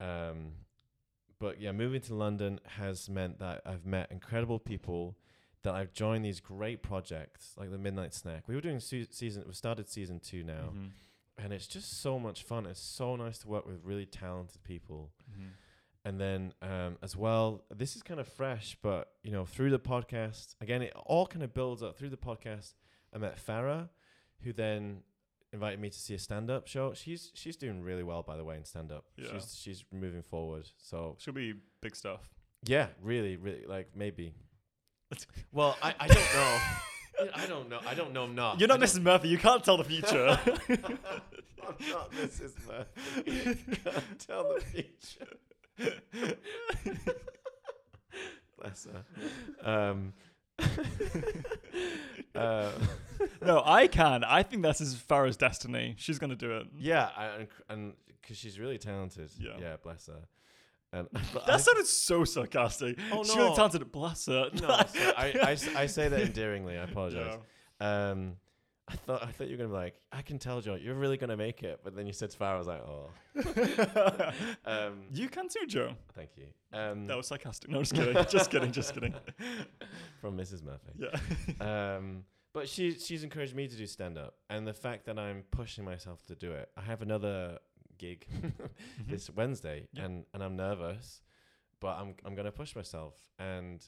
Speaker 1: Mm.
Speaker 2: Um, but yeah, moving to London has meant that I've met incredible people, that I've joined these great projects like the Midnight Snack. We were doing se- season, we started season two now,
Speaker 1: Mhm.
Speaker 2: and it's just so much fun. It's so nice to work with really talented people.
Speaker 1: Mhm.
Speaker 2: And then um, as well, this is kind of fresh, but you know, through the podcast, again, it all kind of builds up through the podcast. I met Farah, who then invited me to see a stand-up show. She's she's doing really well, by the way, in stand-up.
Speaker 1: Yeah.
Speaker 2: She's she's moving forward. So
Speaker 1: Should be big stuff.
Speaker 2: yeah, really, really, like maybe. well, I, I don't know. I don't know. I don't know. Not
Speaker 1: You're
Speaker 2: I
Speaker 1: not
Speaker 2: don't-
Speaker 1: Mrs. Murphy. You can't tell the future.
Speaker 2: I'm not Mrs. Murphy. Can't tell the future. Bless her. Um, uh,
Speaker 1: no, I can. I think that's as far as destiny. She's gonna do it.
Speaker 2: yeah, I, and- and because she's really talented.
Speaker 1: Yeah.
Speaker 2: yeah, bless her. And but
Speaker 1: That sounded so sarcastic.
Speaker 2: Oh,
Speaker 1: She's gonna
Speaker 2: no.
Speaker 1: talented at bless her.
Speaker 2: I, no, so I, I s- I say that endearingly. I apologize.
Speaker 1: Yeah.
Speaker 2: Um, I thought I thought you were gonna be like, I can tell, Joe, you're really gonna make it. But then you said Farah, I was like, oh. um,
Speaker 1: You can too, Joe.
Speaker 2: thank you. Um,
Speaker 1: That was sarcastic. No, just kidding. just kidding. Just kidding.
Speaker 2: from Mrs. Murphy.
Speaker 1: Yeah.
Speaker 2: Um, But she she's encouraged me to do stand up, and the fact that I'm pushing myself to do it. I have another gig
Speaker 1: Mhm.
Speaker 2: this Wednesday,
Speaker 1: Yeah.
Speaker 2: and and I'm nervous, but I'm I'm gonna push myself. And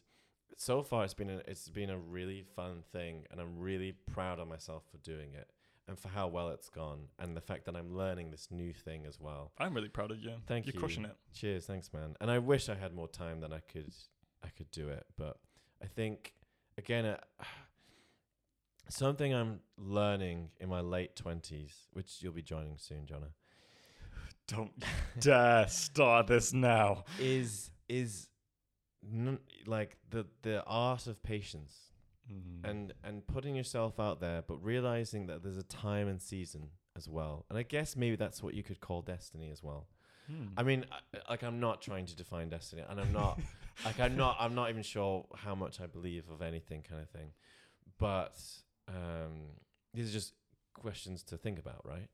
Speaker 2: so far, it's been a, it's been a really fun thing, and I'm really proud of myself for doing it and for how well it's gone, and the fact that I'm learning this new thing as well.
Speaker 1: I'm really proud of you.
Speaker 2: Thank
Speaker 1: You're
Speaker 2: you.
Speaker 1: crushing it.
Speaker 2: Cheers, thanks, man. And I wish I had more time than I could I could do it, but I think again, uh, something I'm learning in my late twenties, which you'll be joining soon, Jonah,
Speaker 1: Don't dare start this now.
Speaker 2: is is n- like the the art of patience
Speaker 1: Mm. Mm-hmm.
Speaker 2: and and putting yourself out there, but realizing that there's a time and season as well. And I guess maybe that's what you could call destiny as well.
Speaker 1: Hmm. Mm.
Speaker 2: I mean, I- like I'm not trying to define destiny, and I'm not like I'm not I'm not even sure how much I believe of anything kind of thing. But um, these are just questions to think about, right?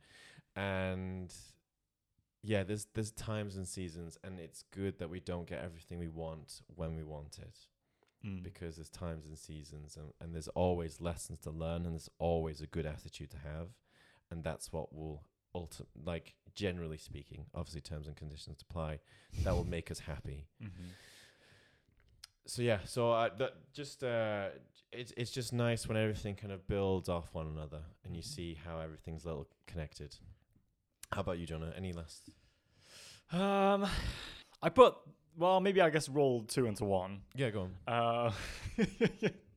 Speaker 2: And yeah, there's there's times and seasons, and it's good that we don't get everything we want when we want it
Speaker 1: Hmm.
Speaker 2: because there's times and seasons, and, and there's always lessons to learn, and there's always a good attitude to have, and that's what will ulti- like generally speaking, obviously terms and conditions apply, that will make us happy
Speaker 1: Mm-hmm.
Speaker 2: so yeah so uh, that just uh it's it's just nice when everything kind of builds off one another and you
Speaker 1: Mhm.
Speaker 2: see how everything's a little connected how about you jonah any last
Speaker 1: Um, I put well, maybe I guess roll two into one.
Speaker 2: yeah go on
Speaker 1: Uh,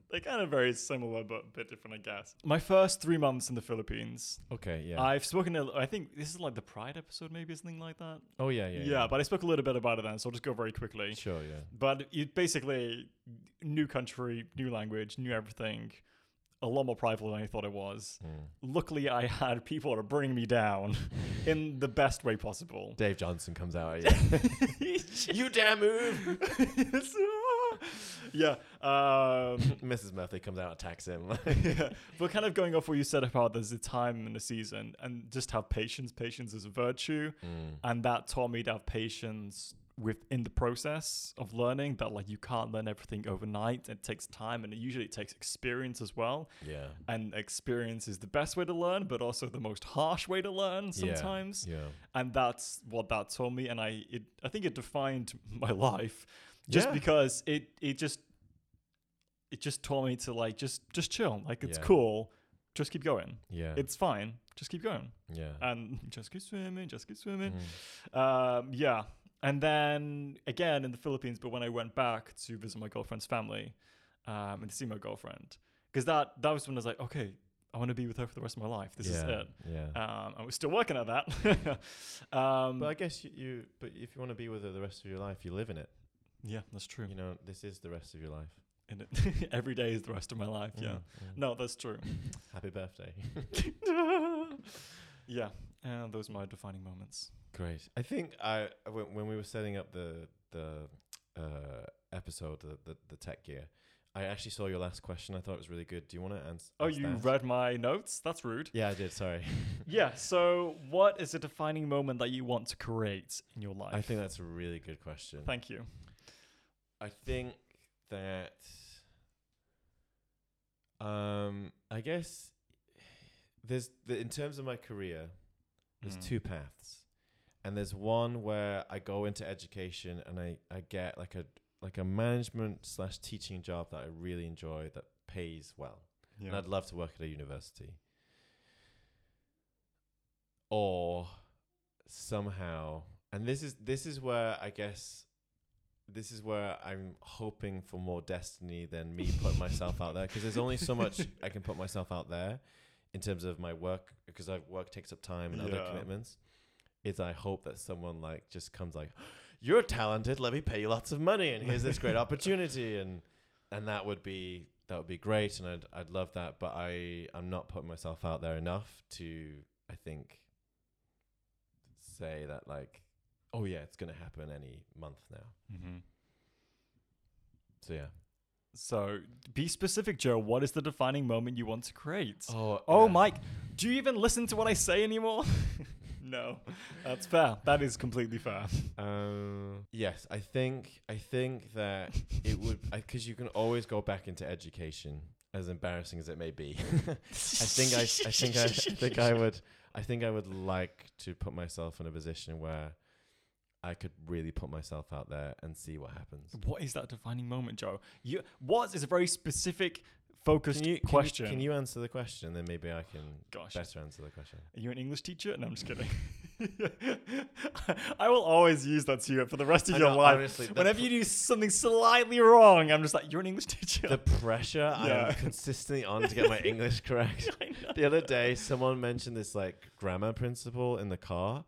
Speaker 1: they're kind of very similar, but a bit different, I guess. My first three months in the Philippines,
Speaker 2: okay yeah
Speaker 1: I've spoken. A, I think this is like the Pride episode, maybe or something like that.
Speaker 2: oh yeah yeah
Speaker 1: Yeah, but I spoke a little bit about it then, so I'll just go very quickly.
Speaker 2: sure yeah
Speaker 1: But you basically new country, new language, new everything. A lot more prideful than I thought it was.
Speaker 2: Mm.
Speaker 1: Luckily, I had people to bring me down in the best way possible.
Speaker 2: dave johnson comes out at you. you dare move
Speaker 1: It's- ah. yeah. Um,
Speaker 2: mrs murphy comes out attacks him
Speaker 1: yeah. But kind of going off what you said about there's a time and a season, and just have patience. Patience is a virtue,
Speaker 2: Mm.
Speaker 1: and that taught me to have patience within the process of learning. That like you can't learn everything overnight. It takes time, and it usually takes experience as well.
Speaker 2: yeah
Speaker 1: And experience is the best way to learn, but also the most harsh way to learn
Speaker 2: Yeah.
Speaker 1: sometimes
Speaker 2: yeah
Speaker 1: and that's what that told me and i it, i think it defined my life just
Speaker 2: Yeah.
Speaker 1: because it it just it just taught me to like just just chill like it's
Speaker 2: Yeah.
Speaker 1: cool just keep going
Speaker 2: yeah
Speaker 1: it's fine just keep going
Speaker 2: yeah
Speaker 1: and just keep swimming just keep swimming
Speaker 2: Mm.
Speaker 1: um yeah and then again in the philippines but when i went back to visit my girlfriend's family um and to see my girlfriend because that that was when i was like okay i want to be with her for the rest of my life this is
Speaker 2: Yeah,
Speaker 1: it
Speaker 2: yeah
Speaker 1: um, and we're still working at that. um,
Speaker 2: but I guess you, you, but if you want to be with her the rest of your life, you live in it.
Speaker 1: yeah, that's true.
Speaker 2: You know, this is the rest of your life.
Speaker 1: And it, every day is the rest of my life. Yeah.
Speaker 2: Mm, mm.
Speaker 1: No, that's true.
Speaker 2: Happy birthday.
Speaker 1: yeah. And those are my defining moments.
Speaker 2: Great. I think I I- when, when we were setting up the the uh, episode, the, the the tech gear, I actually saw your last question. I thought it was really good. Do you want to answer?
Speaker 1: Oh, you read my notes? That's rude.
Speaker 2: Yeah, I did. Sorry.
Speaker 1: Yeah. So, what is a defining moment that you want to create in your life?
Speaker 2: I think that's a really good question.
Speaker 1: Thank you.
Speaker 2: I think that um I guess there's the, in terms of my career, there's
Speaker 1: Mm.
Speaker 2: two paths. And there's one where I go into education and I, I get like a like a management slash teaching job that I really enjoy that pays well. And
Speaker 1: Yeah.
Speaker 2: I'd love to work at a university. Or somehow and this is this is where I guess this is where I'm hoping for more destiny than me putting myself out there because there's only so much I can put myself out there in terms of my work because I've work takes up time and other
Speaker 1: Yeah.
Speaker 2: commitments. Is I hope that someone like just comes like, you're talented. Let me pay you lots of money, and here's this great opportunity, and and that would be that would be great, and I'd I'd love that. But I I'm not putting myself out there enough to I think say that like, oh yeah, it's gonna happen any month now.
Speaker 1: Mm-hmm.
Speaker 2: So yeah.
Speaker 1: So, be specific, Joe. What is the defining moment you want to create?
Speaker 2: Oh
Speaker 1: Oh, Mike, do you even listen to what I say anymore? no, that's fair. That is completely fair.
Speaker 2: Um, yes, I think I think that it would because you can always go back into education as embarrassing as it may be. I think I, I think I, I think I would I think I would like to put myself in a position where I could really put myself out there and see what happens.
Speaker 1: What is that defining moment, Joe? You what is a very specific focused
Speaker 2: Can you, can you-
Speaker 1: question.
Speaker 2: Can you, answer the question? Then maybe I can
Speaker 1: Gosh.
Speaker 2: better answer the question.
Speaker 1: Are you an English teacher? No, I'm just kidding. I will always use that to you for the rest of
Speaker 2: I
Speaker 1: your
Speaker 2: know,
Speaker 1: life.
Speaker 2: honestly, the
Speaker 1: Whenever
Speaker 2: pr-
Speaker 1: you do something slightly wrong, I'm just like, you're an English teacher.
Speaker 2: The pressure
Speaker 1: Yeah.
Speaker 2: I'm consistently on to get my English correct.
Speaker 1: I know.
Speaker 2: The other day, someone mentioned this like grammar principle in the car,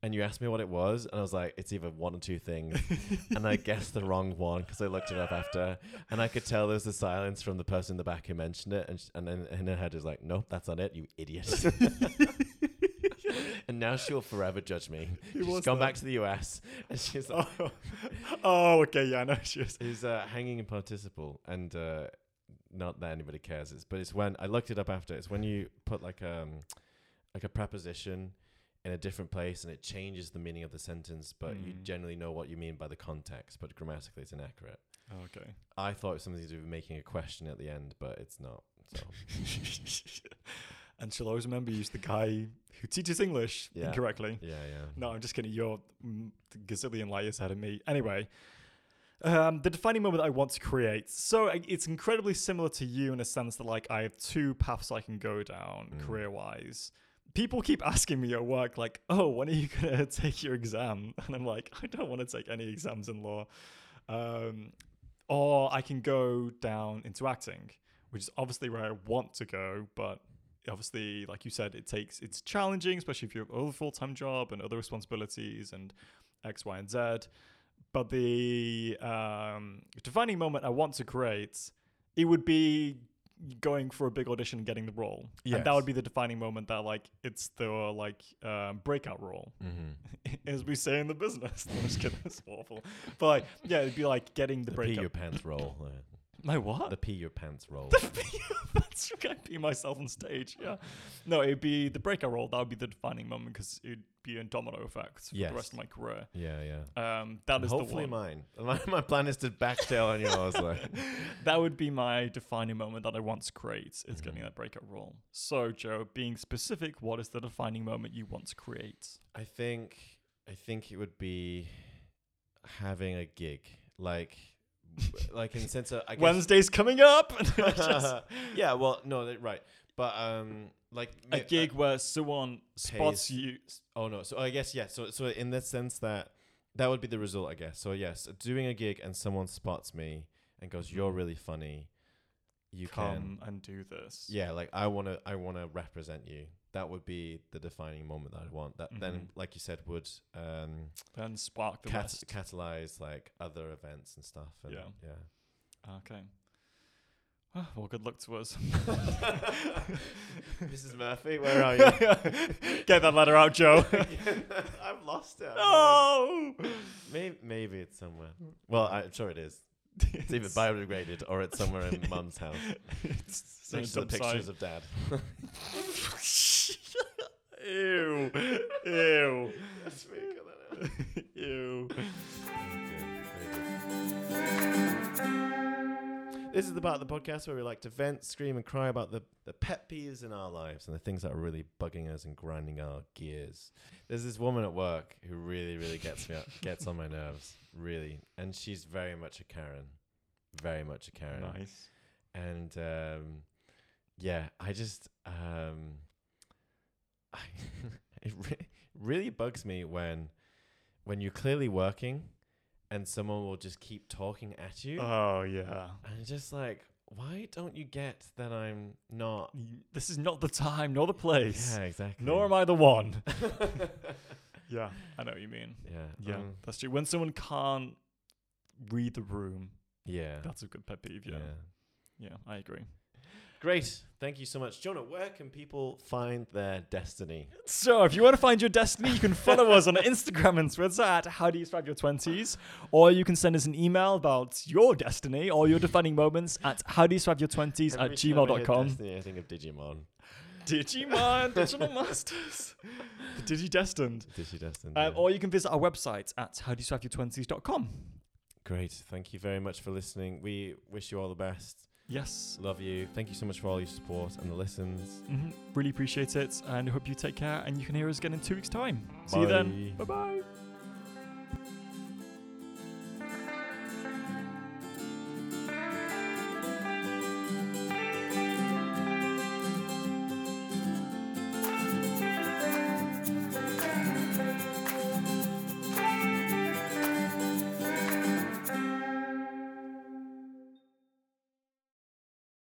Speaker 2: and you asked me what it was, and I was like, it's either one or two things. and I guessed the wrong one because I looked it up after, and I could tell there was a silence from the person in the back who mentioned it, and, sh- and then in her head is like, nope, that's not it, you idiot. and now she'll forever judge me.
Speaker 1: Who
Speaker 2: she's
Speaker 1: was
Speaker 2: gone
Speaker 1: that?
Speaker 2: back to the US, and she's like,
Speaker 1: Oh, oh, okay, yeah, I know she is.
Speaker 2: is uh, hanging in participle and uh, not that anybody cares it's, but it's when i looked it up after it's when you put like um like a preposition in a different place and it changes the meaning of the sentence but you
Speaker 1: Mm.
Speaker 2: generally know what you mean by the context but grammatically it's inaccurate
Speaker 1: okay.
Speaker 2: i thought it was something to do with making a question at the end but it's not so
Speaker 1: and she'll always remember you's the guy who teaches English
Speaker 2: Yeah.
Speaker 1: incorrectly.
Speaker 2: yeah yeah
Speaker 1: No, I'm just kidding. You're mm, gazillion light years ahead of me. Anyway, um, the defining moment that I want to create. So I- it's incredibly similar to you in a sense that like I have two paths I can go down
Speaker 2: Mm.
Speaker 1: career wise. People keep asking me at work, like, "Oh, when are you gonna take your exam?" And I'm like, "I don't want to take any exams in law." Um, or I can go down into acting, which is obviously where I want to go, but obviously, like you said, it takes it's challenging, especially if you have a full time job and other responsibilities and X, Y, and Z. But the um, defining moment I want to create, it would be going for a big audition and getting the role, and that
Speaker 2: Yes.
Speaker 1: would be the defining moment that like it's the like um, breakout role
Speaker 2: mm-hmm.
Speaker 1: as we say in the business. I'm just kidding. It's awful. But like, yeah, it'd be like getting the,
Speaker 2: the pee
Speaker 1: breakup.
Speaker 2: your pants roll uh,
Speaker 1: My what?
Speaker 2: the pee your pants roll
Speaker 1: That's I pee myself on stage. Yeah. No, it'd be the breakout role. That would be the defining moment because it'd be a domino effect for
Speaker 2: Yes.
Speaker 1: the rest of my career.
Speaker 2: yeah yeah
Speaker 1: Um, that is
Speaker 2: hopefully
Speaker 1: the one.
Speaker 2: mine my, my plan is to backtail on yours like
Speaker 1: that would be my defining moment that I want to create is
Speaker 2: Mm-hmm.
Speaker 1: getting that breakout role. So, Joe, being specific, what is the defining moment you want to create?
Speaker 2: I think I think it would be having a gig like like in the sense of I guess
Speaker 1: Wednesday's coming up. Just-
Speaker 2: yeah well no that- right but um like
Speaker 1: a
Speaker 2: ma-
Speaker 1: gig where someone spots
Speaker 2: Pays.
Speaker 1: you.
Speaker 2: uh, oh no so I guess yeah so so in the sense that that would be the result I guess so yes doing a gig and someone spots me and goes you're really funny you can
Speaker 1: Come and do this.
Speaker 2: yeah like i want to i want to represent you that would be the defining moment that i want that then
Speaker 1: Mhm.
Speaker 2: like you said would um
Speaker 1: Then spark the
Speaker 2: cat-
Speaker 1: rest.
Speaker 2: catalyze like other events and stuff. And, yeah,
Speaker 1: Yeah. Okay. Ah, Well, good luck to us.
Speaker 2: Mrs. Murphy, where are
Speaker 1: you? Get that letter out, Joe.
Speaker 2: I've lost it.
Speaker 1: no.
Speaker 2: Maybe, maybe it's somewhere. Well, I'm sure it is. It's either biodegraded or it's somewhere in Mum's house.
Speaker 1: It's
Speaker 2: Next to the pictures of Dad.
Speaker 1: Ew. Ew.
Speaker 2: That's me, cut that out.
Speaker 1: Ew.
Speaker 2: This is the part of the podcast where we like to vent, scream, and cry about the, the pet peeves in our lives and the things that are really bugging us and grinding our gears. There's this woman at work who really, really gets me up, gets on my nerves, really, and she's very much a Karen, very much a Karen
Speaker 1: Nice.
Speaker 2: and um, yeah, I just um, I it re- really bugs me when when you're clearly working and someone will just keep talking at you.
Speaker 1: Oh, yeah.
Speaker 2: and it's just like, why don't you get that I'm not?
Speaker 1: This is not the time nor the place,
Speaker 2: Yeah, exactly.
Speaker 1: nor am I the one. yeah, I know what you mean.
Speaker 2: Yeah,
Speaker 1: Yeah,
Speaker 2: um,
Speaker 1: that's true. When someone can't read the room,
Speaker 2: yeah,
Speaker 1: that's a good pet peeve. Yeah, yeah, I agree.
Speaker 2: Great. Thank you so much, Jonah. Where can people find their destiny?
Speaker 1: So, if you want to find your destiny, you can follow us on Instagram and Twitter at How Do You Survive Your Twenties, or you can send us an email about your destiny or your defining moments at How Do You Survive Your Twenties at
Speaker 2: Every time I hear
Speaker 1: gmail.com.
Speaker 2: Destiny, I think of Digimon.
Speaker 1: Digimon, Digital Masters, the Digidestined.
Speaker 2: Digidestined.
Speaker 1: Um,
Speaker 2: yeah.
Speaker 1: or you can visit our website at howdoyousurviveyour20s.com.
Speaker 2: Great. Thank you very much for listening. We wish you all the best.
Speaker 1: Yes.
Speaker 2: Love you. Thank you so much for all your support and the listens.
Speaker 1: hmm Really appreciate it and hope you take care and you can hear us again in two weeks' time. See you then.
Speaker 2: Bye.
Speaker 1: Bye bye.